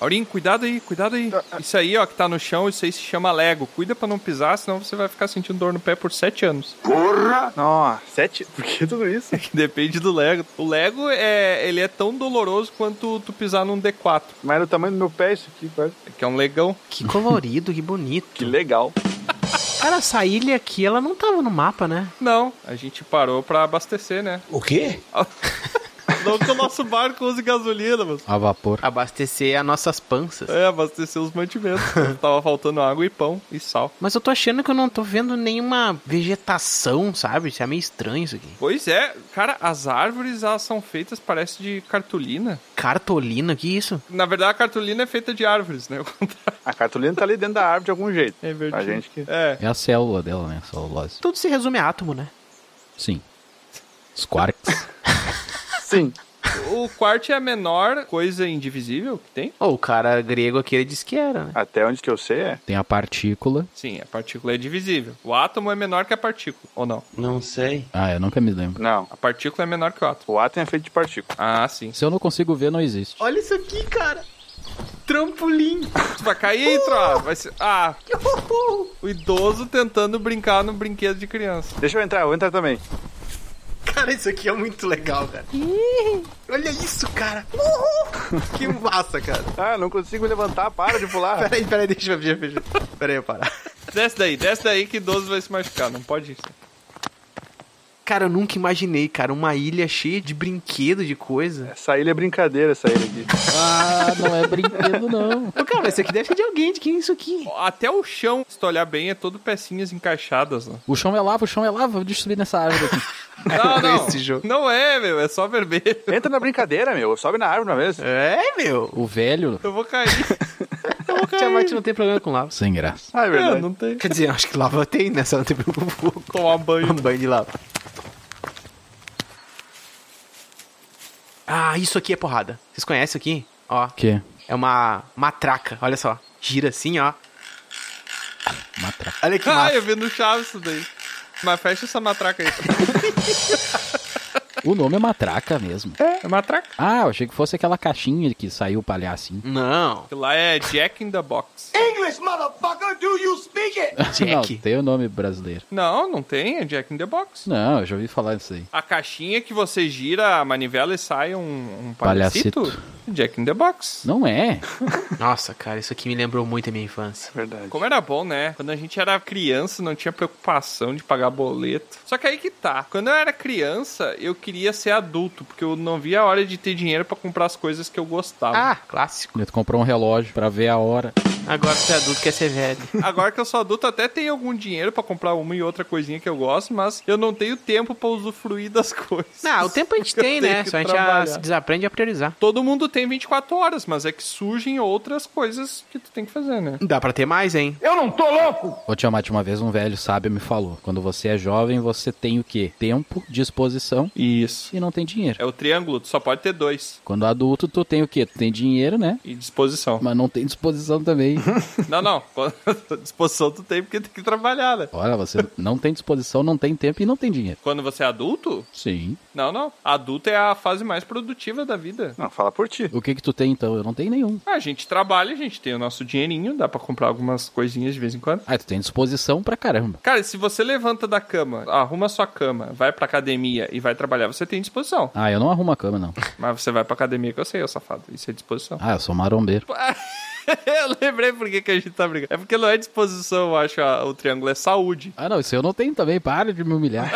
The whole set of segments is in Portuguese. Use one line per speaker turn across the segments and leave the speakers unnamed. Aurim, cuidado aí, cuidado aí. Isso aí, ó, que tá no chão, isso aí se chama Lego. Cuida pra não pisar, senão você vai ficar sentindo dor no pé por sete anos.
Porra!
Nossa, sete? Por que tudo isso?
É Depende do Lego. O Lego, é, ele é tão doloroso quanto tu pisar num D4,
Mas era o tamanho do meu pé isso aqui, quase.
que é um legão.
Que colorido, que bonito.
Que legal.
Cara, essa ilha aqui, ela não tava no mapa, né?
Não, a gente parou pra abastecer, né?
O quê?
Não que o nosso barco use gasolina, mas...
A vapor.
Abastecer as nossas panças.
É, abastecer os mantimentos. Tava faltando água e pão e sal.
Mas eu tô achando que eu não tô vendo nenhuma vegetação, sabe? Isso é meio estranho isso aqui.
Pois é, cara, as árvores, elas são feitas, parece, de cartolina.
Cartolina, que isso?
Na verdade, a cartolina é feita de árvores, né?
A cartolina tá ali dentro da árvore de algum jeito.
É
A
verdade.
gente que.
É.
É a célula dela, né? Celulose.
Tudo se resume a átomo, né?
Sim. Os quarks.
Sim.
O quarto é a menor coisa indivisível que tem.
Ou o cara grego aqui, ele disse que era, né?
Até onde que eu sei é.
Tem a partícula.
Sim, a partícula é divisível. O átomo é menor que a partícula, ou não?
Não sei. Ah, eu nunca me lembro.
Não.
A partícula é menor que o átomo.
O átomo é feito de partícula.
Ah, sim.
Se eu não consigo ver, não existe.
Olha isso aqui, cara! Trampolim!
Tu vai cair, Troa. Vai ser... Ah, o idoso tentando brincar no brinquedo de criança.
Deixa eu entrar, eu vou entrar também.
Cara, isso aqui é muito legal, cara. Olha isso, cara! Que massa, cara!
Ah, não consigo levantar, para de pular.
Peraí, peraí, deixa eu ver, deixa eu ver. Peraí, eu parar.
Desce daí, desce daí que idoso vai se machucar. Não pode isso.
Cara, eu nunca imaginei, cara, uma ilha cheia de brinquedo, de coisa.
Essa ilha é brincadeira, essa ilha aqui.
Ah, não é brinquedo, não.
Ô, cara, isso aqui deve ser de alguém, de quem é isso aqui?
Até o chão, se tu olhar bem, é todo pecinhas encaixadas. Né?
O chão é lava, o chão é lava. Deixa eu subir nessa árvore aqui.
Não, não.
Esse jogo.
Não é, meu. É só vermelho.
Entra na brincadeira, meu. Sobe na árvore uma vez.
É, meu!
O velho,
Eu vou cair. Eu vou cair.
Tiamat não tem problema com lava.
sem graça.
Ah, é
É,
verdade.
não tem.
Quer dizer, acho que lava tem, né? Só não tem problema com fogo.
Tomar banho.
Um banho de lava. Ah, isso aqui é porrada. Vocês conhecem isso aqui? Ó,
Que?
é uma matraca. Olha só. Gira assim, ó.
Matraca.
Olha que
Ah,
massa.
eu vi no Chaves isso daí. Mas fecha essa matraca aí.
O nome é matraca mesmo.
É matraca?
Ah, eu achei que fosse aquela caixinha que saiu o palhacinho.
Não.
Que lá é Jack in the Box.
Jack.
Não, tem o nome brasileiro.
Não, não tem. É Jack in the Box.
Não, eu já ouvi falar disso aí.
A caixinha que você gira a manivela e sai um, um palhacito. Jack in the Box.
Não é.
Nossa, cara, isso aqui me lembrou muito a minha infância.
Verdade.
Como era bom, né? Quando a gente era criança, não tinha preocupação de pagar boleto. Só que aí que tá. Quando eu era criança, eu queria ser adulto, porque eu não via a hora de ter dinheiro pra comprar as coisas que eu gostava.
Ah, clássico.
Tu comprou um relógio pra ver a hora.
Agora você é adulto, quer ser velho.
Agora que eu sou adulto, até tenho algum dinheiro pra comprar uma e outra coisinha que eu gosto, mas eu não tenho tempo pra usufruir das coisas.
Não, o tempo a gente
Eu
tem,
tenho
né?
que
Só a gente já
trabalhar.
se desaprende a priorizar.
Todo mundo tem 24 horas, mas é que surgem outras coisas que tu tem que fazer, né?
Dá pra ter mais, hein?
Ô, Tiamat, uma vez um velho sábio me falou. Quando você é jovem, você tem o quê? Tempo, disposição
Isso.
e não tem dinheiro.
É o triângulo, tu só pode ter dois.
Quando adulto, tu tem o quê? Tu tem dinheiro, né?
E disposição.
Mas não tem disposição também.
não, não. disposição tu tem porque tem que trabalhar, né?
Olha, você não tem disposição, não tem tempo e não tem dinheiro.
Quando você é adulto?
Sim.
Não, não. Adulto é a fase mais produtiva da vida.
Não, fala por ti.
O que que tu tem, então? Eu não tenho nenhum.
A gente trabalha, a gente tem o nosso dinheirinho, dá pra comprar algumas coisinhas de vez em quando.
Ah, tu tem disposição pra caramba.
Cara, se você levanta da cama, arruma sua cama, vai pra academia e vai trabalhar, você tem disposição.
Ah, eu não arrumo a cama, não.
Mas você vai pra academia que eu sei, ô safado. Isso é disposição.
Ah, eu sou marombeiro.
eu lembrei por que que a gente tá brigando. É porque não é disposição, eu acho, a- o triângulo é saúde.
Ah, não, isso eu não tenho também. Para de me humilhar.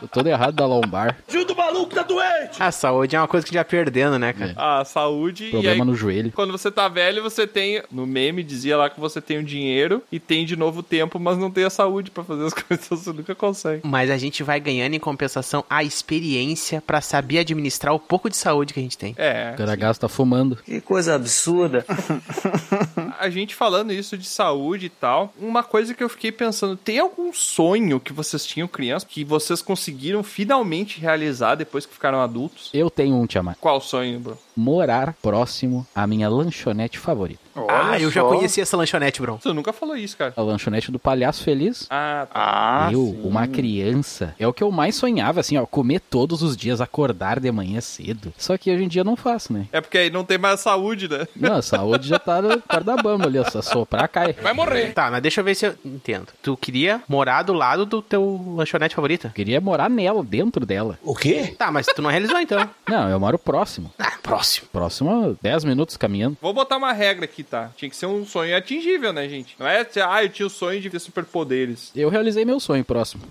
Tô todo errado da lombar.
A saúde é uma coisa que a gente vai perdendo, né, cara?
A Ah, saúde e aí...
Problema no joelho.
Quando você tá velho, você tem. No meme dizia lá que você tem o dinheiro e tem de novo o tempo, mas não tem a saúde pra fazer as coisas, então você nunca consegue.
Mas a gente vai ganhando em compensação a experiência pra saber administrar o pouco de saúde que a gente tem.
É.
O cara gasta fumando.
Que coisa absurda.
A gente falando isso de saúde e tal, uma coisa que eu fiquei pensando, tem algum sonho que vocês tinham criança que vocês conseguiram finalmente realizar depois que ficaram adultos?
Eu tenho um, Tiamat.
Qual sonho, Bruno?
Morar próximo à minha lanchonete favorita.
Olha
ah, eu já
só.
conheci essa lanchonete, Bron.
Você nunca falou isso, cara.
A lanchonete do Palhaço Feliz.
Ah, tá.
Ah,
eu,
sim.
uma criança, é o que eu mais sonhava, assim, ó, comer todos os dias, acordar de manhã cedo. Só que hoje em dia eu não faço, né?
É porque aí não tem mais saúde, né?
Não, a saúde já tá no guarda-bamba ali, ó, só soprar cai.
Vai morrer.
Tá, mas deixa eu ver se eu entendo. Tu queria morar do lado do teu lanchonete favorita?
Eu queria morar nela, dentro dela.
Tá, mas tu não realizou então.
Não, eu moro próximo.
Ah, próximo.
Próximo, 10 minutos caminhando.
Vou botar uma regra aqui, tá? Tinha que ser um sonho atingível, né, gente? Não é, assim, ah, eu tinha o sonho de ter superpoderes.
Eu realizei meu sonho próximo.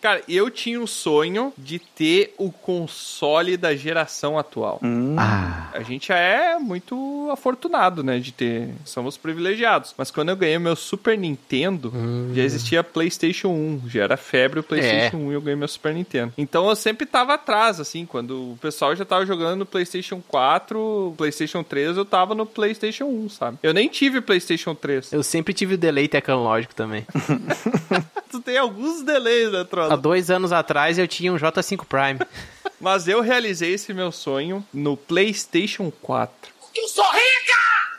Cara, eu tinha o sonho de ter o console da geração atual.
Ah,
A gente já é muito afortunado, né? De ter. Somos privilegiados. Mas quando eu ganhei meu Super Nintendo, já existia PlayStation 1. Já era febre o PlayStation 1 e eu ganhei meu Super Nintendo. Então eu sempre tava atrás, assim. Quando o pessoal já tava jogando no PlayStation 4, PlayStation 3, eu tava no PlayStation 1, sabe? Eu nem tive PlayStation 3.
Eu sempre tive o delay tecnológico também.
Tu tem alguns delays, né, Trono?
Há dois anos atrás eu tinha um J5 Prime.
Mas eu realizei esse meu sonho no PlayStation 4.
Eu sou rica!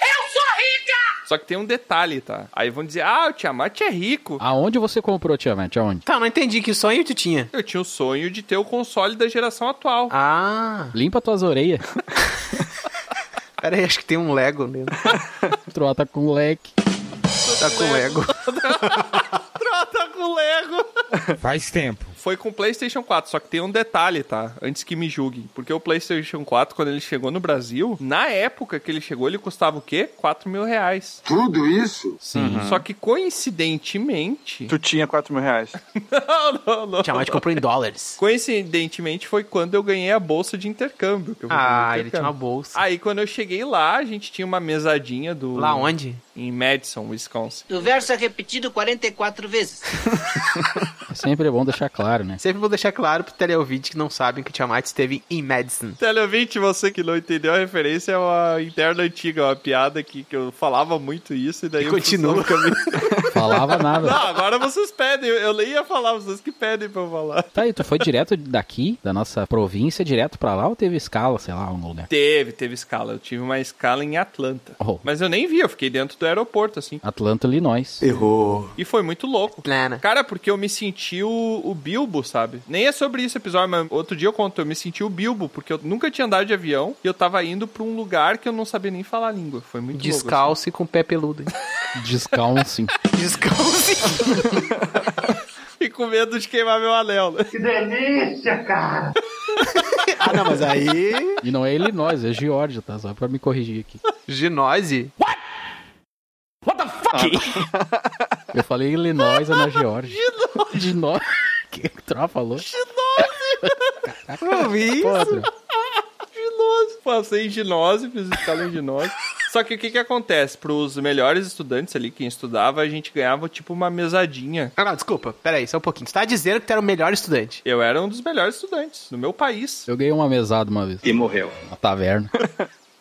Eu sou rica!
Só que tem um detalhe, tá? Aí vão dizer, ah, o Tiamat é rico.
aonde você comprou, Tiamat? Aonde?
Tá, não entendi que sonho tu tinha.
Eu tinha o sonho de ter o console da geração atual.
Ah,
Limpa tuas orelhas.
peraí, acho que tem um Lego mesmo.
Trota com leque.
Tá com Lego.
Trata tá com o Lego. Faz tempo. Foi com o PlayStation 4, só que tem um detalhe, tá? Antes que me julguem. Porque o PlayStation 4, quando ele chegou no Brasil, na época que ele chegou, ele custava o quê? 4 mil reais.
Tudo isso?
Sim. Só que coincidentemente.
Tu tinha 4 mil reais.
não, não, não.
Tiamat comprou em dólares.
Coincidentemente foi quando eu ganhei a bolsa de intercâmbio. que eu ganhei
Ah,
no
ele tinha uma
intercâmbio.
bolsa.
Aí quando eu cheguei lá, a gente tinha uma mesadinha do.
Lá onde?
Em Madison, Wisconsin.
O verso é repetido 44 vezes.
Sempre é bom deixar claro, né?
Sempre vou deixar claro pro teleouvinte que não sabem que o Tiamat esteve em Madison.
Teleouvinte, você que não entendeu a referência, é uma interna antiga, uma piada que, que eu falava muito isso e daí...
E
eu-
continua.
Falava
Não,
nada.
agora vocês pedem, eu nem ia falar, vocês que pedem pra eu falar.
Tá aí, tu foi direto daqui, da nossa província, direto pra lá ou teve escala, sei lá, em algum lugar?
Teve, teve escala, eu tive uma escala em Atlanta.
Oh.
Mas eu nem vi, eu fiquei dentro do aeroporto, assim.
Atlanta, Illinois.
Errou.
E foi muito louco.
Plana.
Cara, porque eu me senti o, o Bilbo, sabe? Nem é sobre isso o episódio, mas outro dia eu conto, eu me senti o Bilbo, porque eu nunca tinha andado de avião e eu tava indo pra um lugar que eu não sabia nem falar a língua. Foi muito louco. assim.
Descalço e com o pé peludo. hein?
Descalço.
Descalço.
assim. E com medo de queimar meu anel, né?
ah, não, mas aí.
E não é Illinois, é Geórgia, tá? Só pra me corrigir aqui.
Ginose.
Eu falei Illinois, é na Geórgia. De nós. Que tropa falou?
Eu vi.
Pô, Adriano,
ginose. Passei em ginose, fiz escala em ginose. Só que o que que acontece? Pros melhores estudantes ali, quem estudava, a gente ganhava tipo uma mesadinha.
Ah, não, desculpa. Peraí, só um pouquinho. Tu tá dizendo que tu era o melhor estudante.
Eu era um dos melhores estudantes no meu país.
eu ganhei uma mesada uma vez.
E morreu.
Uma taverna.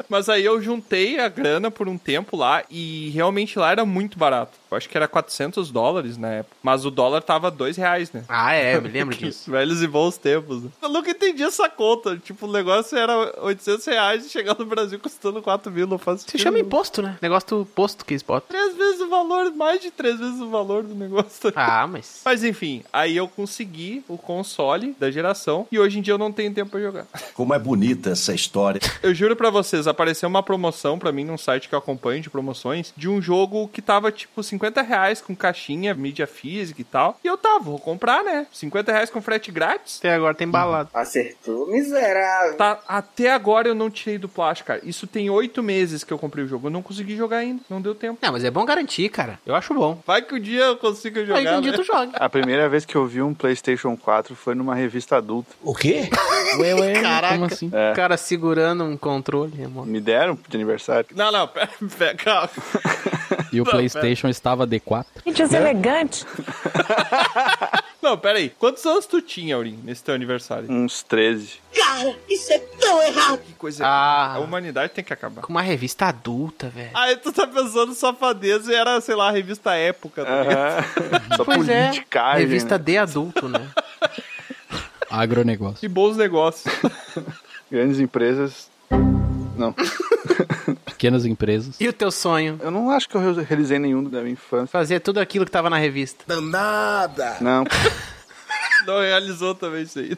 Mas aí eu juntei a grana por um tempo lá e realmente lá era muito barato. Eu acho que era 400 dólares na época. Mas o dólar tava 2 reais, né?
Ah, é, eu me lembro disso.
Velhos e bons tempos. né? Eu nunca entendi essa conta. Tipo, o negócio era 800 reais e chegar no Brasil custando 4 mil, não faz
Se
sentido
chama
nenhum.
imposto, né? Negócio do posto que eles botam.
Três vezes o valor, mais de três vezes o valor do negócio.
Ah, mas.
Mas enfim, aí eu consegui o console da geração e hoje em dia eu não tenho tempo pra jogar.
Como é bonita essa história.
Eu juro pra vocês, apareceu uma promoção pra mim num site que eu acompanho de promoções de um jogo que tava tipo 50 reais com caixinha, mídia física e tal. E eu tava, vou comprar, né? 50 reais com frete grátis.
Até agora tem balado.
Acertou, miserável.
Tá, até agora eu não tirei do plástico, cara. Isso tem oito meses que eu comprei o jogo. Eu não consegui jogar ainda, não deu tempo.
Não, mas é bom garantir, cara. Eu acho bom.
Vai que um dia eu consiga
Aí
jogar.
um dia
né?
tu joga.
A primeira vez que eu vi um PlayStation 4 foi numa revista adulta.
Ué, ué,
Caraca.
como assim?
O cara segurando um controle remoto.
Me deram de aniversário.
Não, não, pera, pera, calma.
E o PlayStation estava D4.
Gente, deselegante.
Não, pera aí. Quantos anos tu tinha, Aurim, nesse teu aniversário?
Uns 13.
Cara, isso é tão errado.
Que coisa. A
Ah,
humanidade tem que acabar.
com uma revista adulta, velho.
Aí tu tá pensando safadeza e era, sei lá, a revista Época. Tá? ligado?
Aham. Só
Pois é.
politicagem.
Revista
né?
de adulto, né?
Agronegócio.
Que bons negócios.
Grandes empresas. Não.
Pequenas empresas.
E o teu sonho?
Eu não acho que eu realizei nenhum da minha infância.
Fazer tudo aquilo que tava na revista. Ah.
Danada!
Não.
Não realizou também isso aí.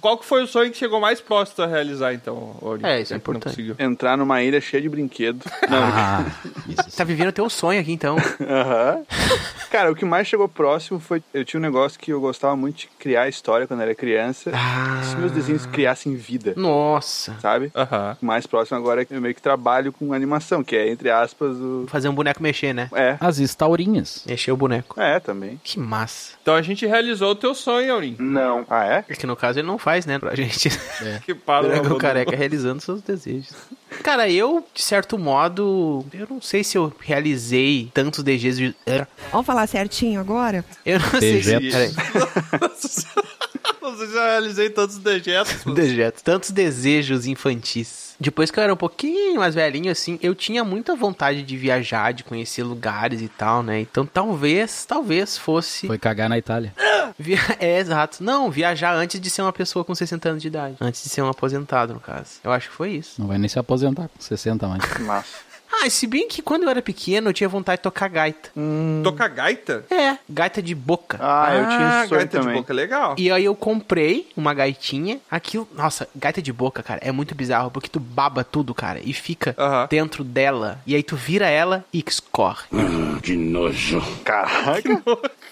Qual que foi o sonho que chegou mais próximo a realizar, então, Ori?
É,
Que
isso é
não
importante.
conseguiu.
Entrar numa ilha cheia de brinquedo. Não.
Ah, isso sim.
Tá vivendo teu sonho aqui então.
Aham. Cara, o que mais chegou próximo foi. Eu tinha um negócio que eu gostava muito de criar história quando era criança.
Ah.
Se meus desenhos criassem vida,
Nossa.
sabe?
Aham.
O mais próximo agora é que eu meio que trabalho com animação, que é, entre aspas, o.
Fazer um boneco mexer, né?
É.
As estaurinhas.
Mexer o boneco.
É, também.
Que massa.
Então a gente realizou o teu sonho, Aurim.
Não. Ah, é?
É que no caso ele não faz, né? Pra gente.
Que parou.
Dragão careca realizando seus desejos. Cara, eu, de certo modo, eu não sei se eu realizei tantos desejos.
Vamos falar certinho agora?
Eu não sei se.
Dejetos.
Peraí.
Você já realizei todos os dejetos.
Dejetos. Tantos desejos infantis. Depois que eu era um pouquinho mais velhinho, assim, eu tinha muita vontade de viajar, de conhecer lugares e tal, né? Então talvez, talvez fosse.
Foi cagar na Itália.
via- É, exato. Não, viajar antes de ser uma pessoa com 60 anos de idade. Antes de ser um aposentado, no caso. Eu acho que foi isso.
Não vai nem se aposentar com 60 mais.
Massa.
Ah, e se bem que quando eu era pequeno eu tinha vontade de tocar gaita.
Toca gaita?
É, gaita de boca.
Ah, eu tinha esse sonho
gaita de
também.
boca, é legal.
E aí eu comprei uma gaitinha. Aquilo. Nossa, gaita de boca, cara, é muito bizarro, porque tu baba tudo, cara, e fica
Aham.
dentro dela. E aí tu vira ela e escorre.
Caraca,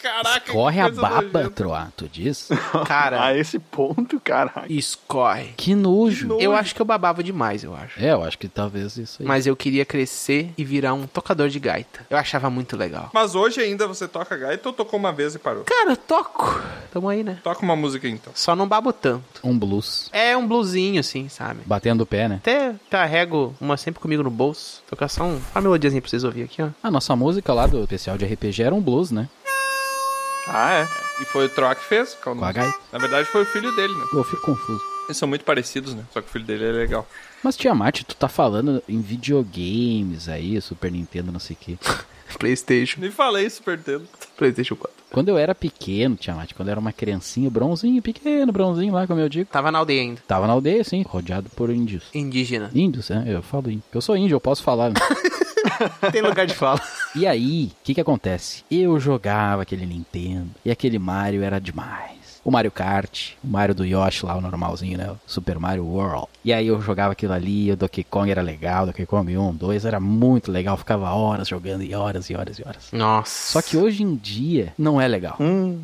Caraca, que
Corre a
coisa
baba,
nojenta.
Troá, tu diz?
Cara,
a esse ponto, caraca.
e escorre.
Que nojo.
Eu acho que eu babava demais, eu acho.
É, eu acho que talvez isso aí.
Mas eu queria crescer e virar um tocador de gaita. Eu achava muito legal.
Mas hoje ainda você toca gaita ou tocou uma vez e parou?
Cara, eu toco. Tamo aí, né?
Toca uma música aí, então.
Só não babo tanto.
Um blues.
É um blusinho, assim, sabe?
Batendo o pé, né?
Até carrego uma sempre comigo no bolso. Tocar só um, uma melodiazinha pra vocês ouvirem aqui, ó.
A nossa música lá do especial de RPG era um blues, né?
Ah, é?
E foi o Troá que fez? qual o
Com a
nome?
gaita.
Na verdade foi o filho dele, né?
Eu fico confuso.
Eles são muito parecidos, né? Só que o filho dele é legal.
Mas Tiamat, tu tá falando em videogames aí, Super Nintendo, não sei o quê.
PlayStation.
Nem falei super dele.
PlayStation 4.
Quando eu era pequeno, Tiamat, quando eu era uma criancinha, bronzinho, pequeno, bronzinho lá, como eu digo.
Tava na aldeia ainda.
Tava na aldeia, sim, rodeado por índios.
Indígena.
Índios, né? Eu falo índio. Eu sou índio, eu posso falar. né?
Tem lugar de fala.
e aí, o que que acontece? Eu jogava aquele Nintendo e aquele Mario era demais. O Mario Kart, o Mario do Yoshi lá, o normalzinho, né? O Super Mario World. E aí eu jogava aquilo ali, o Donkey Kong era legal, Donkey Kong 1, 2 era muito legal, ficava horas jogando e horas e horas e horas.
Nossa.
Só que hoje em dia não é legal.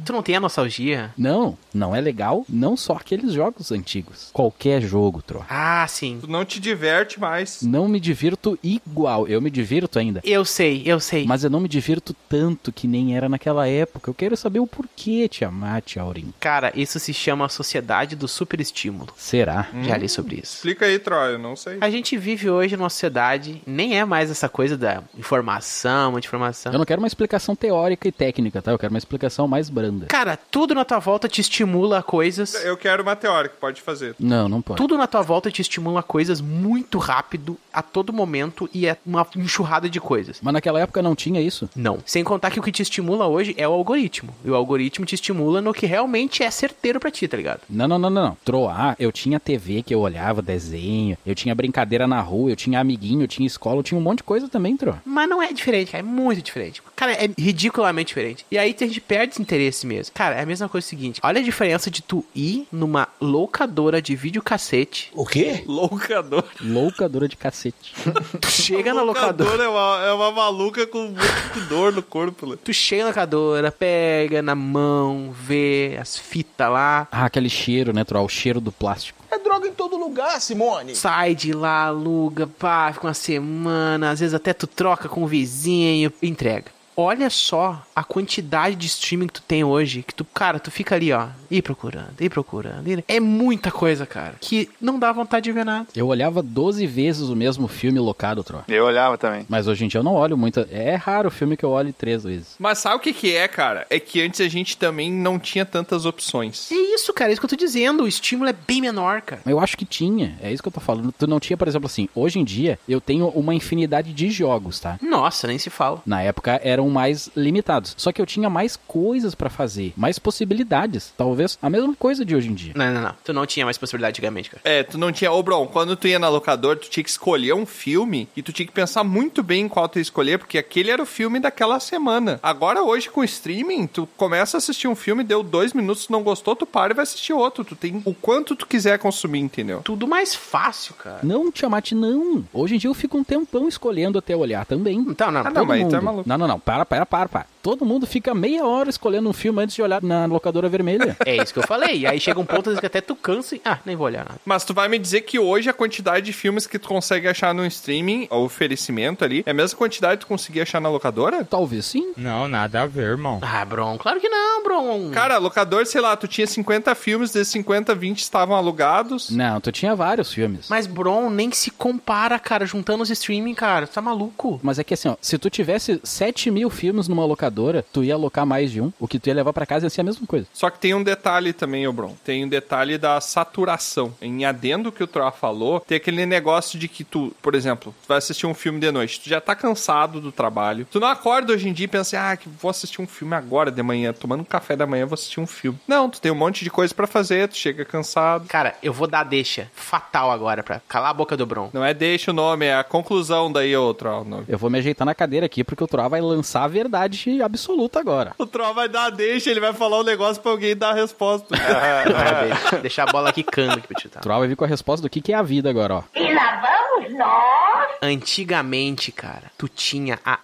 Tu não tem a nostalgia?
Não, não é legal, não só aqueles jogos antigos. Qualquer jogo, troca.
Ah, sim.
Tu não te diverte mais.
Não me divirto igual, eu me divirto ainda.
Eu sei, eu sei.
Mas eu não me divirto tanto que nem era naquela época. Eu quero saber o porquê, Tiamat, Aurim.
Cara, isso se chama a sociedade do superestímulo.
Será?
Já li sobre isso.
Explica aí, Troá, eu não sei.
A gente vive hoje numa sociedade, nem é mais essa coisa da informação, muita informação.
Eu não quero uma explicação teórica e técnica, tá? Eu quero uma explicação mais branda.
Cara, tudo na tua volta te estimula a coisas.
Eu quero uma teórica, pode fazer.
Não, não pode.
Tudo na tua volta te estimula coisas muito rápido, a todo momento, e é uma enxurrada de coisas.
Mas naquela época não tinha isso?
Não. Sem contar que o que te estimula hoje é o algoritmo. E o algoritmo te estimula no que realmente é certeiro pra ti, tá ligado?
Não, não, não, não, não. Troar, eu tinha TV que eu olhava, desenho, eu tinha brincadeira na rua, eu tinha amiguinho, eu tinha escola, eu tinha um monte de coisa também, Troa.
Mas não é diferente, cara. É muito diferente. Cara, é ridiculamente diferente. E aí a gente perde esse interesse mesmo. Cara, é a mesma coisa seguinte. Olha a diferença de tu ir numa locadora de videocassete.
O quê?
Loucador.
Loucadora de cacete.
Tu chega na locadora.
Loucador é uma, é uma maluca com muito dor no corpo. né?
Tu chega na locadora, pega na mão, vê as fitas lá.
Ah, aquele cheiro, né, Troa? O cheiro do plástico.
É droga em todo lugar, Simone.
Sai de lá, aluga, pá, fica uma semana, às vezes até tu troca com o vizinho, entrega. Olha só a quantidade de streaming que tu tem hoje, que tu, cara, tu fica ali, ó, e procurando, e procurando. e- É muita coisa, cara, que não dá vontade de ver nada.
Eu olhava 12 vezes o mesmo filme locado, Troa.
Eu olhava também.
Mas hoje em dia eu não olho muito. É raro o filme que eu olho três vezes.
Mas sabe o que, que é, cara? É que antes a gente também não tinha tantas opções.
É isso, cara, é isso que eu tô dizendo, o estímulo é bem menor, cara.
Eu acho que tinha, é isso que eu tô falando. Tu não tinha, por exemplo, assim, hoje em dia eu tenho uma infinidade de jogos, tá?
Nossa, nem se fala.
Na época eram eram mais limitados. Só que eu tinha mais coisas pra fazer, mais possibilidades. Talvez a mesma coisa de hoje em dia.
Não, não, não. Tu não tinha mais possibilidade antigamente, cara.
É, tu não tinha. Ô, Bron, quando tu ia na locadora, tu tinha que escolher um filme e tu tinha que pensar muito bem em qual tu ia escolher, porque aquele era o filme daquela semana. Agora, hoje, com o streaming, tu começa a assistir um filme, deu dois minutos, tu não gostou, tu para e vai assistir outro. Tu tem o quanto tu quiser consumir, entendeu?
Tudo mais fácil, cara.
Não, Tiamat, não. Hoje em dia eu fico um tempão escolhendo até olhar também.
Então, não.
Ah, não,
Todo
mas tu é
mundo.
maluco.
não, não, não. Para, para, para, para. Todo mundo fica meia hora escolhendo um filme antes de olhar na locadora vermelha.
É isso que eu falei. E aí chega um ponto que até tu cansa e... Ah, nem vou olhar nada.
Mas tu vai me dizer que hoje a quantidade de filmes que tu consegue achar no streaming, o oferecimento ali, é a mesma quantidade que tu conseguia achar na locadora?
Talvez sim.
Não, nada a ver, irmão.
Ah, Bron, claro que não, Bron.
Cara, locador, sei lá, tu tinha 50 filmes, desses 50, 20 estavam alugados.
Não, tu tinha vários filmes.
Mas Bron nem se compara, cara, juntando os streaming, cara. Tu tá maluco?
Mas é que assim, ó, se tu tivesse 7 mil filmes numa locadora, tu ia alocar mais de um. O que tu ia levar pra casa ia ser a mesma coisa.
Só que tem um detalhe também, ô Bron. Tem um detalhe da saturação. Em adendo que o Troa falou, tem aquele negócio de que tu, por exemplo, tu vai assistir um filme de noite, tu já tá cansado do trabalho. Tu não acorda hoje em dia e pensa, ah, que vou assistir um filme agora de manhã, tomando um café da manhã, vou assistir um filme. Não, tu tem um monte de coisa pra fazer, tu chega cansado.
Cara, eu vou dar deixa fatal agora pra calar a boca do Bron.
Não é deixa o nome, é a conclusão daí, ô Troa. o nome.
Eu vou me ajeitar na cadeira aqui porque o Troá vai lançar a verdade absoluta agora.
O Troll vai dar a deixa, ele vai falar um negócio pra alguém dar a resposta.
Ah, Vai, deixa- Deixar é a bola quicando aqui pra te
O
tá?
Troá vai vir com a resposta do que, que é a vida agora, ó.
E lá vamos nós.
Antigamente, cara, tu tinha a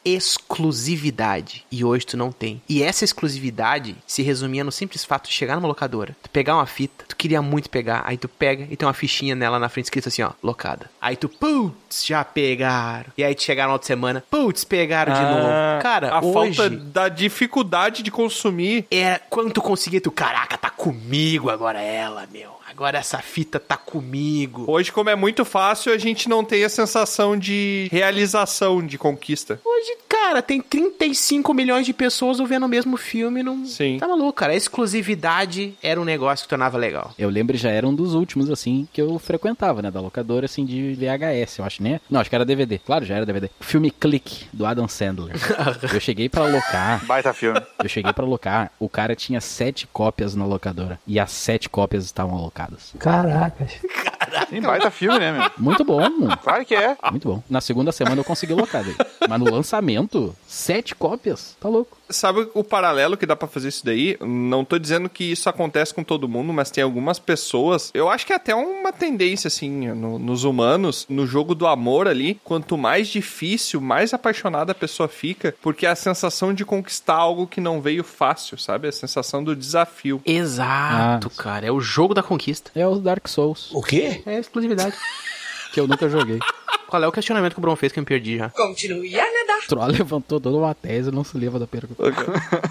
exclusividade e hoje tu não tem. E essa exclusividade se resumia no simples fato de chegar numa locadora, tu pegar uma fita, tu queria muito pegar, aí tu pega e tem uma fichinha nela na frente escrito assim, ó, locada. Aí tu, putz, já pegaram. E aí tu chegaram outra semana, putz, pegaram de novo. Cara,
Ah, a
hoje...
falta da dificuldade de consumir.
era É, quanto conseguia tu, caraca, tá comigo agora ela, meu. Agora essa fita tá comigo.
Hoje, como é muito fácil, a gente não tem a sensação de realização, de conquista.
Hoje, cara, tem 35 milhões de pessoas vendo o mesmo filme. Não...
Sim.
Tá maluco, cara. A exclusividade era um negócio que tornava legal.
Eu lembro, já era um dos últimos, assim, que eu frequentava, né? Da locadora, assim, de VHS, eu acho, né? Não, acho que era DVD. Claro, já era DVD. O filme Click, do Adam Sandler. eu cheguei pra alocar
Baita filme.
Eu cheguei pra alocar, o cara tinha sete cópias na locadora. E as sete cópias estavam alocadas.
Sim, baita filme, né, meu?
Muito bom,
Claro que é.
muito bom. Na segunda semana eu consegui alocar daí. Mas no lançamento, sete cópias. Tá louco.
Sabe o paralelo que dá pra fazer isso daí? Não tô dizendo que isso acontece com todo mundo, mas tem algumas pessoas. Eu acho que é até uma tendência, assim, no- nos humanos, no jogo do amor ali. Quanto mais difícil, mais apaixonada a pessoa fica, porque é a sensação de conquistar algo que não veio fácil, sabe? A sensação do desafio.
Exato,
Ah.
cara. É o jogo da conquista.
É os Dark Souls,
O quê?
É a exclusividade.
que eu nunca joguei.
Qual é o questionamento que o Bron fez que eu me perdi já?
Continue a nadar.
O Troll levantou toda uma tese e não se leva da pergunta.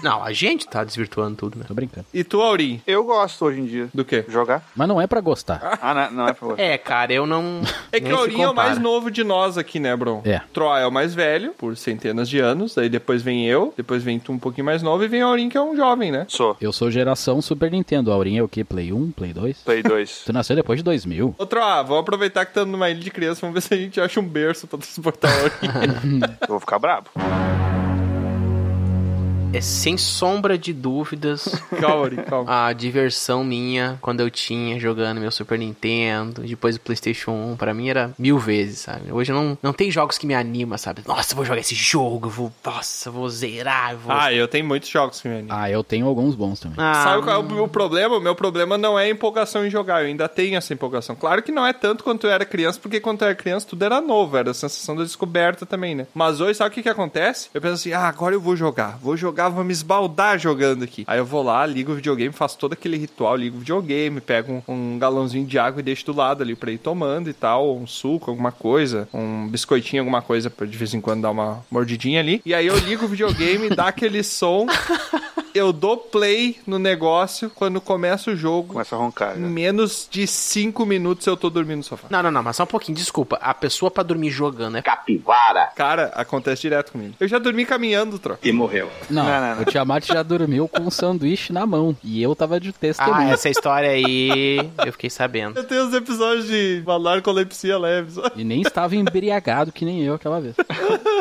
Não, a gente tá desvirtuando tudo, né?
Tô brincando.
E tu, Aurim?
Eu gosto hoje em dia.
Do quê?
Jogar?
Mas não é pra gostar.
Ah, não, não é pra você.
É, cara, eu não.
É que
nem
o
se
Aurim é o
compara.
mais novo de nós aqui, né, Bron?
É.
Troy é o mais velho, por centenas de anos. Daí depois vem eu, depois vem tu um pouquinho mais novo e vem o Aurim, que é um jovem, né?
Sou.
Eu sou geração Super Nintendo. Aurinha é o quê? Play 1, Play 2?
Play 2.
Tu nasceu depois de 2000.
Ô, Troá, vamos ah, aproveitar que estamos numa ilha de criança, vamos ver se a gente acha um berço pra transportar o Aurim.
Eu vou ficar brabo.
É sem sombra de dúvidas.
calma, Aurim, calma.
a diversão minha quando eu tinha jogando meu Super Nintendo, depois o PlayStation 1, pra mim era mil vezes, sabe? Hoje não, não tem jogos que me animam, sabe? Nossa, eu vou jogar esse jogo, eu vou, nossa, eu vou zerar, eu vou.
Ah, eu tenho muitos jogos que me animam.
Ah, eu tenho alguns bons também.
Ah,
Sabe qual é o meu problema? O meu problema não é a empolgação em jogar, eu ainda tenho essa empolgação. Claro que não é tanto quanto eu era criança, porque quando eu era criança tudo era novo, era a sensação da descoberta também, né? Mas hoje, sabe o que que acontece? Eu penso assim, ah, agora eu vou jogar, vou jogar, vou me esbaldar jogando aqui. Aí eu vou lá, ligo o videogame, faço todo aquele ritual, ligo o videogame, pego um, um galãozinho de água e deixo do lado ali pra ir tomando e tal, ou um suco, alguma coisa, um biscoitinho, alguma coisa, pra de vez em quando dar uma mordidinha ali. E aí eu ligo o videogame, dá aquele som... Eu dou play no negócio quando começa o jogo.
Começa a roncar.
Em
né?
menos de 5 minutos eu tô dormindo no sofá.
Não, não, não, mas só um pouquinho, desculpa. A pessoa pra dormir jogando é.
Cara, acontece direto comigo. Eu já dormi caminhando, troca.
E morreu.
Não,
Não, não, não.
o Tiamat já dormiu com um sanduíche na mão. E eu tava de
Ah,
testemunha.
essa história aí eu fiquei sabendo.
Eu tenho os episódios de malar com leve.
E nem estava embriagado que nem eu aquela vez.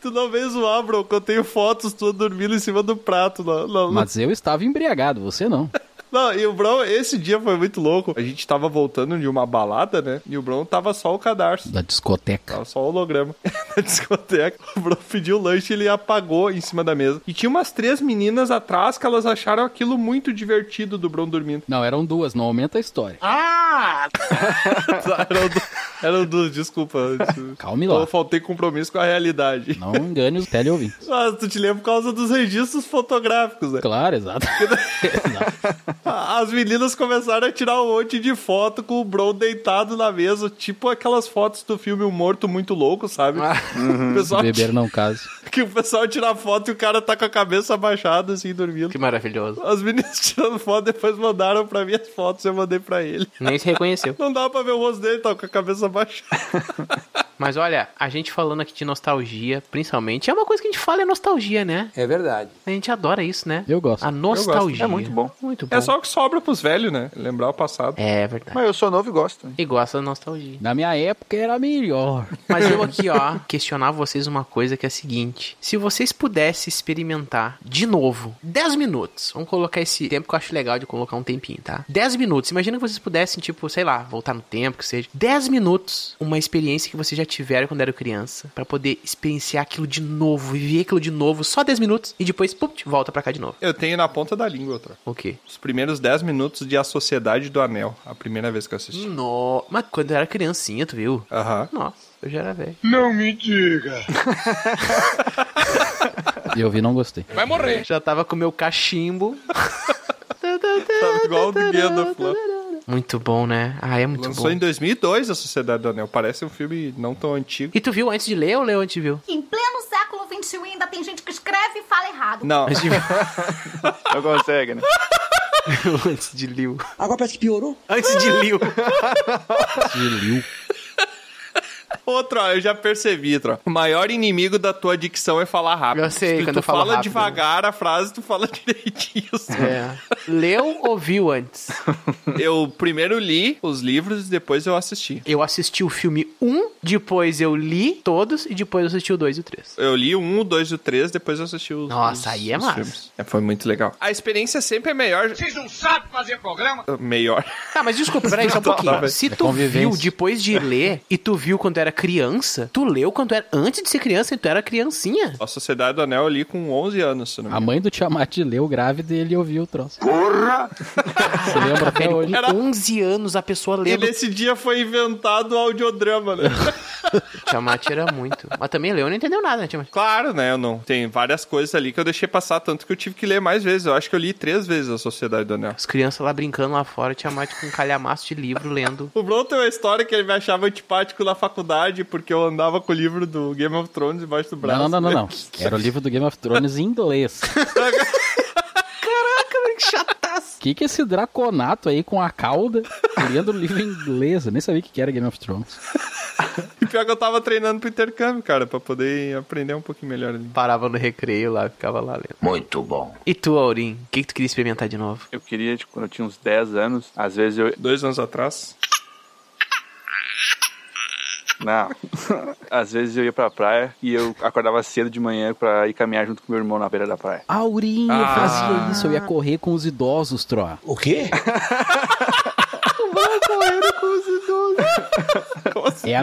Tu não vem zoar, bro, que eu tenho fotos tu dormindo em cima do prato. Não, não,
Mas eu estava embriagado, você não.
não, e o Bron, esse dia foi muito louco. A gente tava voltando de uma balada, né? E o Bron tava só o cadarço.
Da discoteca.
Tava só o holograma na discoteca. O Bro pediu lanche e ele apagou em cima da mesa. E tinha umas três meninas atrás que elas acharam aquilo muito divertido do Bron dormindo.
Não, eram duas, não aumenta a história.
Ah!
Tá, eram, du- eram duas, desculpa. antes.
Calme
Eu
lá.
faltei compromisso com a realidade.
Não engane os teleouvintes.
Mas tu te lembra por causa dos registros fotográficos, né?
Claro, exato. Exato.
As meninas começaram a tirar um monte de foto com o Bron deitado na mesa, tipo aquelas fotos do filme O Morto Muito Louco, sabe?
Ah.
O pessoal
Beber não caso.
Que o pessoal tira foto e o cara tá com a cabeça abaixada, assim, dormindo.
Que maravilhoso.
As meninas tirando foto, depois mandaram pra mim as fotos, eu mandei pra ele.
Nem se reconheceu.
Não dá pra ver o rosto dele, tá com a cabeça abaixada.
Mas olha, a gente falando aqui de nostalgia, principalmente, é uma coisa que a gente fala é nostalgia, né?
É verdade.
A gente adora isso, né?
Eu gosto.
A nostalgia.
É muito bom.
Muito bom.
É só o que sobra pros velhos, né? Lembrar o passado.
É verdade.
Mas eu sou novo e gosto. né?
E gosta da nostalgia.
Na minha época era melhor.
Mas eu aqui, ó, questionar vocês uma coisa que é a seguinte: se vocês pudessem experimentar de novo 10 minutos, vamos colocar esse tempo que eu acho legal de colocar um tempinho, tá? 10 minutos, imagina que vocês pudessem, tipo, sei lá, voltar no tempo, que seja. 10 minutos, uma experiência que vocês já tiveram quando eram criança, pra poder experienciar aquilo de novo, viver aquilo de novo, só 10 minutos e depois, pum, volta pra cá de novo.
Eu tenho na ponta da língua outra.
O quê?
Os primeiros 10 minutos de A Sociedade do Anel, a primeira vez que eu assisti.
No... Mas quando eu era criancinha, tu viu?
Aham.
Nossa, eu já era velho.
E eu vi, não gostei.
Já tava com meu cachimbo.
Tava igual o do Guia do Flã.
Muito bom, né? Ah, é muito
Lançou
bom.
em 2002 A Sociedade do Anel. Parece um filme não tão antigo.
E tu viu antes de ler ou leu antes de viu?
Em pleno século XXI ainda tem gente que escreve e fala errado.
Não,
Eu consegue, né?
antes de Liu.
Agora parece que piorou.
Antes de Liu.
Outro, ó, eu já percebi, Tro. O maior inimigo da tua dicção é falar rápido.
Eu sei,
Se
quando
tu
eu falo
fala
rápido. né?
devagar a frase, tu fala direitinho.
é. Leu ou viu antes?
Eu primeiro li os livros e depois eu assisti.
Eu assisti o filme 1, depois eu li todos e depois eu assisti o 2 e o 3.
Eu li o 1, o 2 e o 3, depois eu assisti os
Nossa,
os-
aí é
os
massa.
filmes. É, foi muito legal. A experiência sempre é melhor... É,
Vocês não sabem fazer programa?
Melhor.
Tá, mas desculpa, peraí, só um pouquinho. Se
É
tu
convivência.
viu depois de ler e tu viu quando era criança, tu leu quando era antes de ser criança e tu era criancinha.
A Sociedade do Anel eu li com 11 anos, se não me
A
engano.
mãe do Tiamat leu grávida e ele ouviu o troço. Porra! Se lembra até hoje.
Era-
11 anos a pessoa
E
lendo.
nesse dia foi inventado o audiodrama, né?
Tiamat era muito. Mas também leu e não entendeu nada, né, Tiamat?
Claro, né? Eu não. Tem várias coisas ali que eu deixei passar, tanto que eu tive que ler mais vezes. Eu acho que eu li três vezes A Sociedade do Anel.
As crianças lá brincando lá fora, Tiamat com um calhamaço de livro lendo.
O Bruno tem uma história que ele me achava antipático na faculdade porque eu andava com o livro do Game of Thrones debaixo do braço.
Não, não, não, não. Era o livro do Game of Thrones em inglês.
Que chataço.
O que, que é esse draconato aí com a cauda lendo o livro em inglês? Eu nem sabia o que que era Game of Thrones.
E pior que eu tava treinando pro intercâmbio, cara, pra poder aprender um pouquinho melhor ali.
Parava no recreio lá, ficava lá lendo.
Muito bom.
E tu, Aurim, o que, que tu queria experimentar de novo?
Eu queria, tipo, quando eu tinha uns 10 anos, às vezes eu.
Dois anos atrás.
Não. às vezes eu ia pra praia e eu acordava cedo de manhã pra ir caminhar junto com meu irmão na beira da praia.
Aurinho, eu
Ah.
fazia isso. Eu ia correr com os idosos, Tro.
O quê?
É a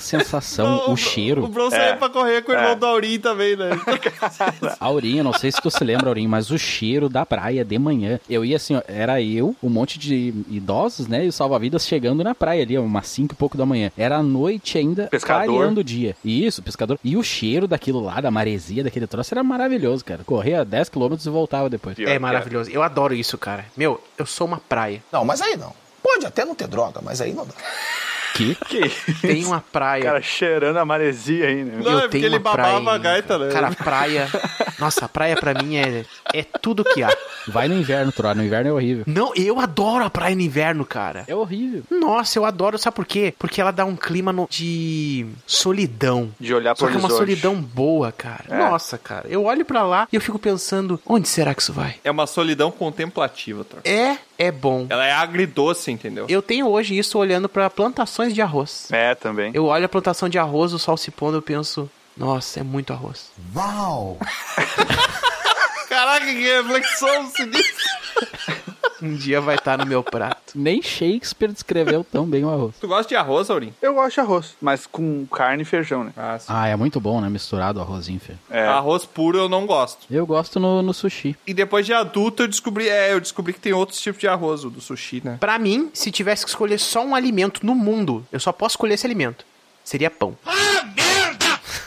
sensação, o
O
É um- cheiro.
Bruno saiu
É.
pra correr com o irmão
É.
do Aurim também, né?
Aurinho, eu não sei se tu se lembra, Aurinho, mas o cheiro da praia de manhã. Eu ia assim, ó, era eu, um monte de idosos, né? E o salva-vidas chegando na praia ali, ó, umas 5 e pouco da manhã. Era à noite ainda,
Pescador.
clareando o dia. Isso, pescador. E o cheiro daquilo lá, da maresia, daquele troço, era maravilhoso, cara. Corria 10km e voltava depois.
Pior que
É maravilhoso. Eu adoro isso, cara. Meu, eu sou uma praia.
Não, mas aí não. Pode até não ter droga, mas aí não dá.
Que?
Que isso?
Tem uma praia.
Cara, cheirando a maresia aí, né?
Não, é
eu
porque
tenho
ele
uma praia.
babava a
em-
gaita, né?
Cara, praia. Nossa, praia pra mim é, é tudo que há.
Vai no inverno, Tro. No inverno é horrível.
Não, eu adoro a praia no inverno, cara.
É horrível.
Nossa, eu adoro, sabe por quê? Porque ela dá um clima no- de solidão.
De olhar pro
Só que é uma
horizonte.
solidão boa, cara. Nossa, cara. Eu olho pra lá e eu fico pensando, onde será que isso vai?
É uma solidão contemplativa, troca.
É, é bom.
Ela é agridoce, entendeu?
Eu tenho hoje isso olhando pra plantações de arroz.
É, também.
Eu olho a plantação de arroz, o sol se pondo, eu penso, Nossa, é muito arroz.
Uau!
Caraca, que reflexão sinistra. Um dia vai estar no meu prato.
Nem Shakespeare descreveu tão bem o arroz.
Tu gosta de arroz, Aurim?
Eu gosto de arroz, mas com carne e feijão, né?
Ah, sim.
Ah, é muito bom, né? Misturado arrozinho, Fer.
É. Arroz puro eu não gosto.
Eu gosto no, no sushi.
E depois de adulto eu descobri, é, eu descobri que tem outros tipos de arroz, o do sushi, né?
Pra mim, se tivesse que escolher só um alimento no mundo, eu só posso escolher esse alimento. Seria pão.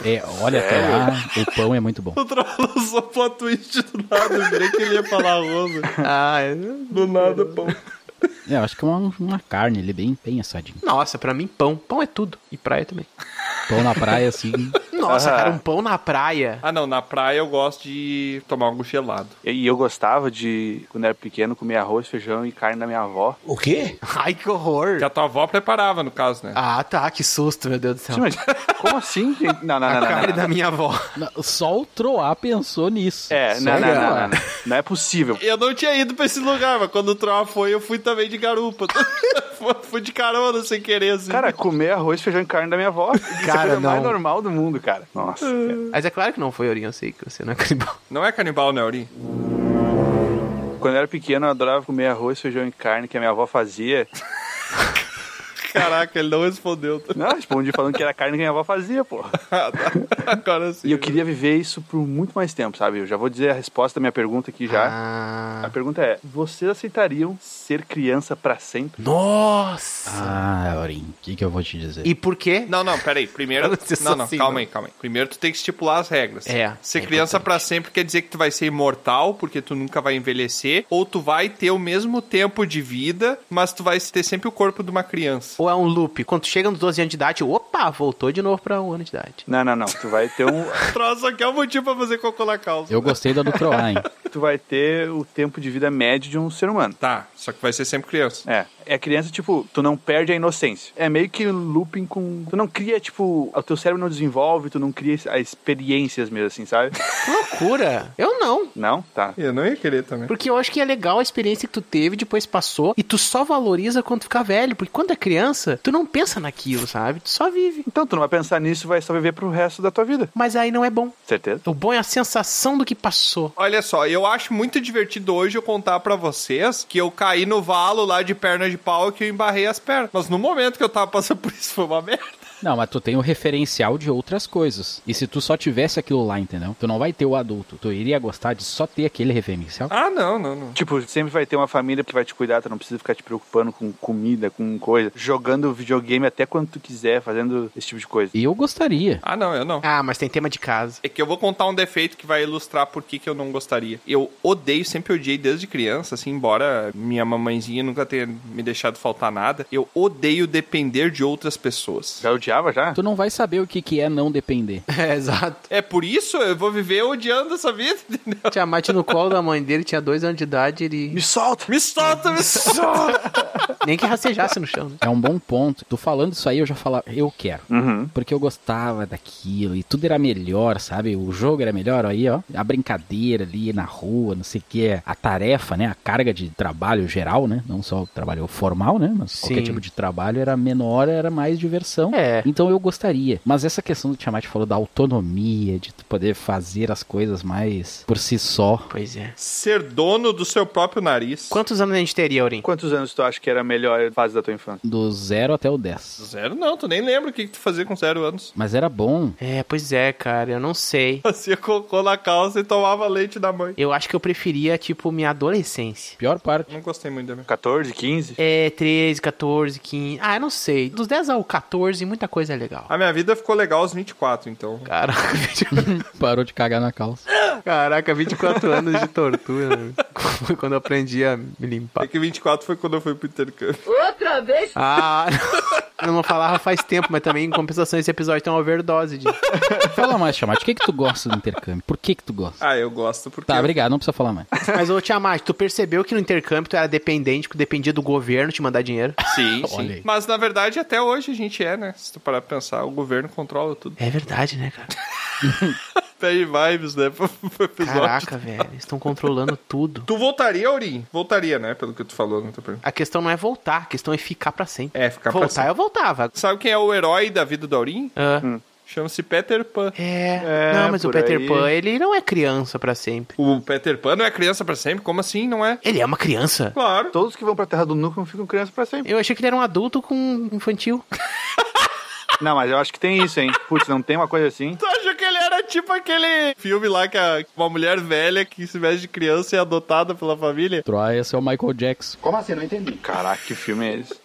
É, olha até lá, o pão é muito bom.
O Troll usou plot twist do nada, eu jurei que ele ia falar arroz. né?
Ah, é-
Do nada, pão.
É, eu acho que é uma, uma carne ali bem, bem assadinha.
Nossa, pra mim, pão. Pão é tudo. E praia também.
Pão na praia, assim.
Nossa,
Aham.
cara, um pão na praia.
Ah, não, na praia eu gosto de tomar algo gelado.
E eu gostava de, quando era pequeno, comer arroz, feijão e carne da minha avó.
O quê?
Ai, que horror.
Que a tua avó preparava, no caso, né?
Ah, tá, que susto, meu Deus do céu.
Sim, mas como assim? gente? Não, não,
a
não, não, não,
cara
não.
da minha avó.
Não, Só o Troá pensou nisso.
É,
Só
não, não,
o
não,
Troá.
não, não. Não é possível.
Eu não tinha ido pra esse lugar, mas quando o Troll foi, eu fui também de garupa. fui de carona sem querer, assim.
Cara, comer arroz, feijão e carne da minha avó. Isso é a
Cara,
coisa mais
não.
normal do mundo, cara. Nossa. cara.
Mas é claro que não foi, Aurinho, eu sei que você não é canibal.
não é canibal, né, Aurim?
Quando eu era pequeno, eu adorava comer arroz, feijão e carne que a minha avó fazia.
Caraca, ele não respondeu.
Não, eu respondi falando que era carne que a minha avó fazia, pô.
Ah, tá. Agora sim.
E eu queria viver isso por muito mais tempo, sabe? Eu já vou dizer a resposta da minha pergunta aqui já. A
Ah.
pergunta é: vocês aceitariam ser criança pra sempre?
Nossa!
Ah, Aurim, o que, que eu vou te dizer?
E por quê?
Não, não, peraí. Primeiro.
Cara, você é
Não, não,
assassino.
calma aí, calma aí. Primeiro tu tem que estipular as regras.
É,
Ser
é
criança pra sempre quer dizer que tu vai ser imortal, porque tu nunca vai envelhecer, ou tu vai ter o mesmo tempo de vida, mas tu vai ter sempre o corpo de uma criança.
Ou é um loop? Quando chega nos 12 anos de idade, opa, voltou de novo pra um ano de idade.
Não, não, não. Tu vai ter um.
Troço aqui é um motivo pra fazer cocô na calça.
Eu gostei da do Troá, hein?
Tu vai ter o tempo de vida médio de um ser humano.
Tá, só que vai ser sempre criança.
É. É criança, tipo, tu não perde a inocência. É meio que looping com. Tu não cria, tipo, o teu cérebro não desenvolve, tu não cria as experiências mesmo, assim, sabe?
Que loucura! Eu não.
Não? Tá.
Eu não ia querer também.
Porque eu acho que é legal a experiência que tu teve, depois passou, e tu só valoriza quando ficar velho. Porque quando é criança, tu não pensa naquilo, sabe? Tu só vive.
Então, tu não vai pensar nisso, vai só viver pro resto da tua vida.
Mas aí não é bom.
Certeza?
O bom é a sensação do que passou.
Olha só, eu acho muito divertido hoje eu contar pra vocês que eu caí no valo lá de perna de pau e que eu embarrei as pernas. Mas no momento que eu tava passando por isso foi uma merda.
Não, mas tu tem o referencial de outras coisas. E se tu só tivesse aquilo lá, entendeu? Tu não vai ter o adulto. Tu iria gostar de só ter aquele referencial.
Ah, não, não, não.
Tipo, sempre vai ter uma família que vai te cuidar, tu não precisa ficar te preocupando com comida, com coisa, jogando videogame até quando tu quiser, fazendo esse tipo de coisa.
E eu gostaria.
Ah, não, eu não.
Ah, mas tem tema de casa.
É que eu vou contar um defeito que vai ilustrar por que, que eu não gostaria. Eu odeio, sempre odiei desde criança, assim, embora minha mamãezinha nunca tenha me deixado faltar nada. Eu odeio depender de outras pessoas.
Já odiava já?
Tu não vai saber o que, que é não depender.
É, exato.
É por isso eu vou viver odiando essa vida, entendeu?
Tiamat no colo da mãe dele, tinha dois anos de idade, ele...
Me solta!
Me solta, me solta!
Nem que rastejasse no chão, né?
É um bom ponto. Tu falando isso aí, eu já falava, eu quero.
Uhum.
Porque eu gostava daquilo e tudo era melhor, sabe? O jogo era melhor aí, ó. A brincadeira ali na rua, não sei o que. A tarefa, né? A carga de trabalho geral, né? Não só o trabalho formal, né? Mas qualquer
Sim.
tipo de trabalho era menor, era mais diversão.
É.
Então eu gostaria. Mas essa questão do Tiamat falou da autonomia, de tu poder fazer as coisas mais por si só.
Pois é.
Ser dono do seu próprio nariz.
Quantos anos a gente teria, Aurim?
Quantos anos tu acha que era a melhor fase da tua infância?
Do zero até o 10.
Zero não, tu nem lembra o que, que tu fazia com zero anos.
Mas era bom.
É, pois é, cara, eu não sei.
Fazia cocô na calça e tomava leite da mãe.
Eu acho que eu preferia, tipo, minha adolescência.
Pior parte.
Não gostei muito da minha.
14, 15?
É, 13, 14, 15. Ah, eu não sei. Dos 10 ao 14, muita coisa é legal.
A minha vida ficou legal aos 24, então.
Caraca, 20
Parou de cagar na calça.
Caraca, 24 anos de tortura. né? Foi Quando eu aprendi a me
É
limpar.
que 24 foi quando eu fui pro intercâmbio.
Ah, eu não falava faz tempo, mas também, em compensação, esse episódio tem uma overdose de.
Fala mais, Tiamat. O que, que tu gosta do intercâmbio? Por que, que tu gosta?
Ah, eu gosto porque.
Tá, obrigado, não precisa falar mais.
Mas, ô Tiamat, tu percebeu que no intercâmbio tu era dependente, que dependia do governo te mandar dinheiro?
Sim,
Olha aí.
sim. Mas na verdade, até hoje a gente é, né? Se tu parar pra pensar, o governo controla tudo.
É verdade, né, cara?
Pede vibes, né? Pro, pro episódio.
Caraca, velho. Eles estão controlando tudo.
Tu voltaria, Aurim? Voltaria, né? Pelo que tu falou na tua pergunta.
A questão não é voltar, a questão é ficar pra sempre.
É, ficar pra
voltar,
sempre.
eu voltava.
Sabe quem é o herói da vida do Aurim?
Ah,
Chama-se Peter Pan.
É. não, mas o
por
Peter
aí.
Pan, ele não é criança pra sempre.
O Peter Pan não é criança pra sempre? Como assim? Não é?
Ele é uma criança?
Claro.
Todos que vão pra Terra do Núcleo ficam crianças pra sempre.
Eu achei que ele era um adulto com um infantil.
Não, mas eu acho que tem isso, hein? Putz, não tem uma coisa assim?
Tu acha que ele era tipo aquele filme lá que a- uma mulher velha que se veste de criança e é adotada pela família?
Troia, esse é o Michael Jackson.
Como assim? Não entendi. Caraca, que filme é esse?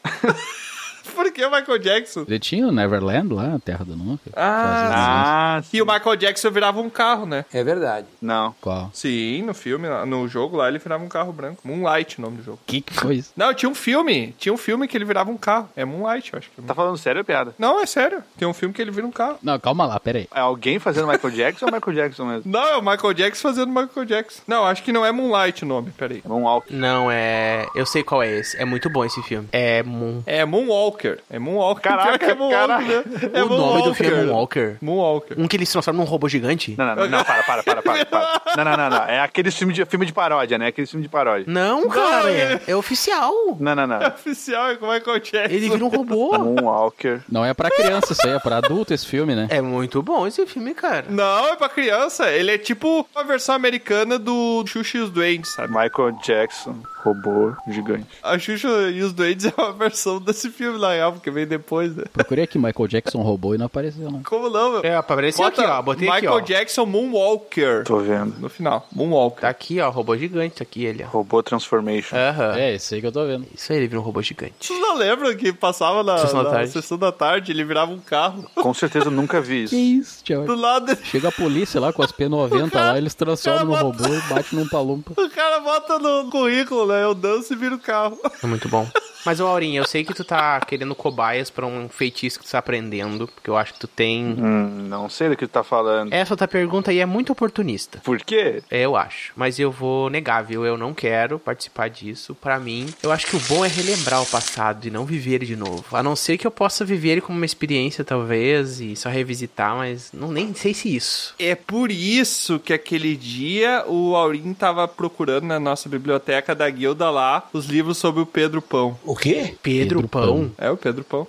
Por que o Michael Jackson?
Ele tinha o Neverland lá, a Terra do Nunca.
Ah,
Ah,
e o Michael Jackson virava um carro, né?
É verdade.
não.
assim, Qual?
Sim, no filme, lá- no jogo lá, ele virava um carro branco. Moonlight, o nome do jogo.
Que que foi isso?
Não, tinha um filme. Tinha um filme que ele virava um carro. É Moonlight, eu acho que é.
Tá falando sério ou piada?
Não, é sério. Tem um filme que ele vira um carro.
Não, calma lá, pera aí.
É alguém fazendo Michael Jackson ou Michael Jackson mesmo?
Não, é o Michael Jackson fazendo Michael Jackson. Não, acho que não é Moonlight o nome, peraí.
Moonwalk.
Não, é. Eu sei qual é esse. É muito bom esse filme. É. Moon...
É Moonwalker. É Moonwalker.
Caraca,
Pior que é Moonwalker.
caraca.
né? É
o nome do filme é
Moonwalker.
Moonwalker.
Moonwalker.
Um que ele se transforma num robô gigante?
Não, não, não, não, para, para, para, para, para. Não, não, não, não. É aquele filme de, filme de paródia, né? Aquele filme de paródia.
Não, cara.
ele-
É oficial.
Não, não, não.
Oficial é com Michael Jackson.
Ele vira um
Tá
robô.
Moonwalker.
Não é pra criança isso aí, é pra adulto esse filme, né?
É muito bom esse filme, cara.
Não, é pra criança. Ele é tipo uma versão americana do Xuxa e os Duendes, sabe?
Michael Jackson, robô gigante.
A Xuxa e os Duendes é uma versão desse filme, na real, porque veio depois, né?
Procurei aqui Michael Jackson roubou e não apareceu, né? não.
Como não, meu?
É, apareceu aqui, ó. Botei
Michael
aqui, ó.
Jackson Moonwalker.
Tô vendo.
No final, Moonwalker.
Tá aqui, ó. Robô gigante. Tá aqui ele, ó.
Robô Transformation.
Aham.
É, esse aí que eu tô vendo.
Isso aí, ele vira um robô gigante.
Vocês não lembram que passava na,
Sessão da
na
tarde.
sessão da tarde, ele virava um carro.
Com certeza eu nunca vi isso.
Que isso, tio?
Do lado,
Chega a polícia lá com as P90 lá, eles transformam no robô e bate num palumpa.
o cara bota no currículo, né? Eu danço e viro o carro.
É muito bom. Mas, ô, Aurinha, eu sei que tu tá querendo cobaias pra um feitiço que tu tá aprendendo. Porque eu acho que tu tem.
Hum, não sei do que tu tá falando.
Essa tua pergunta aí é muito oportunista.
Por quê?
Eu acho, mas eu vou negar, viu? Eu não quero participar disso. Pra mim, eu acho que o bom é relembrar o passado e não viver ele de novo. A não ser que eu possa viver ele como uma experiência, talvez, e só revisitar, mas não nem sei se isso.
É por isso que aquele dia o Aurim tava procurando na nossa biblioteca da guilda lá os livros sobre o Pedro Pão.
O quê?
Pedro,
Pedro
Pão,
É o Pedro Pão.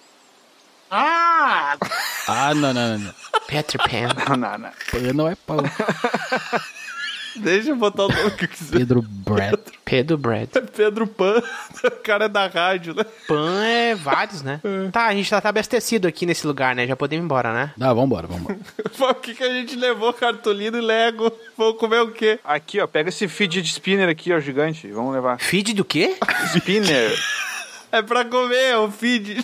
Ah!
Ah, não, não, não. não.
Peter Pan.
Não, não, não.
Pã Não é pão.
Deixa eu botar o nome que eu quiser.
Pedro Brad.
Pedro Brad.
Pedro Pan, o cara é da rádio, né?
Pan é vários, né? Tá, a gente já tá abastecido aqui nesse lugar, né? Já podemos ir embora, né?
Ah, vambora, vambora.
O que, que a gente levou? Cartolina e Lego. Vamos comer o quê?
Aqui, ó, pega esse feed de spinner aqui, ó, gigante. Vamos levar.
Feed do quê?
Spinner.
É pra comer, é o feed.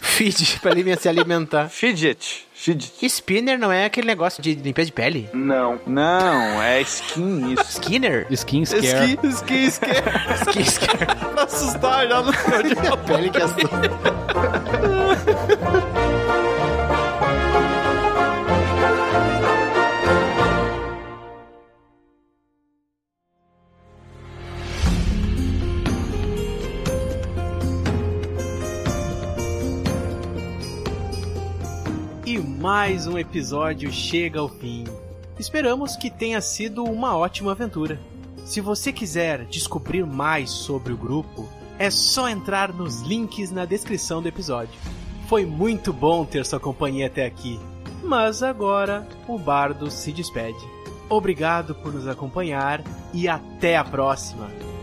Feed pra ele se alimentar.
Fidget. Fidget.
Spinner não é aquele negócio de limpeza de pele?
Não. Não, é skin isso.
Skinner?
Skin Scare.
Esqui, esqui, esqui.
Skinner.
pra assustar já no
pele que assusta. E mais um episódio chega ao fim. Esperamos que tenha sido uma ótima aventura. Se você quiser descobrir mais sobre o grupo, é só entrar nos links na descrição do episódio. Foi muito bom ter sua companhia até aqui, mas agora o bardo se despede. Obrigado por nos acompanhar e até a próxima!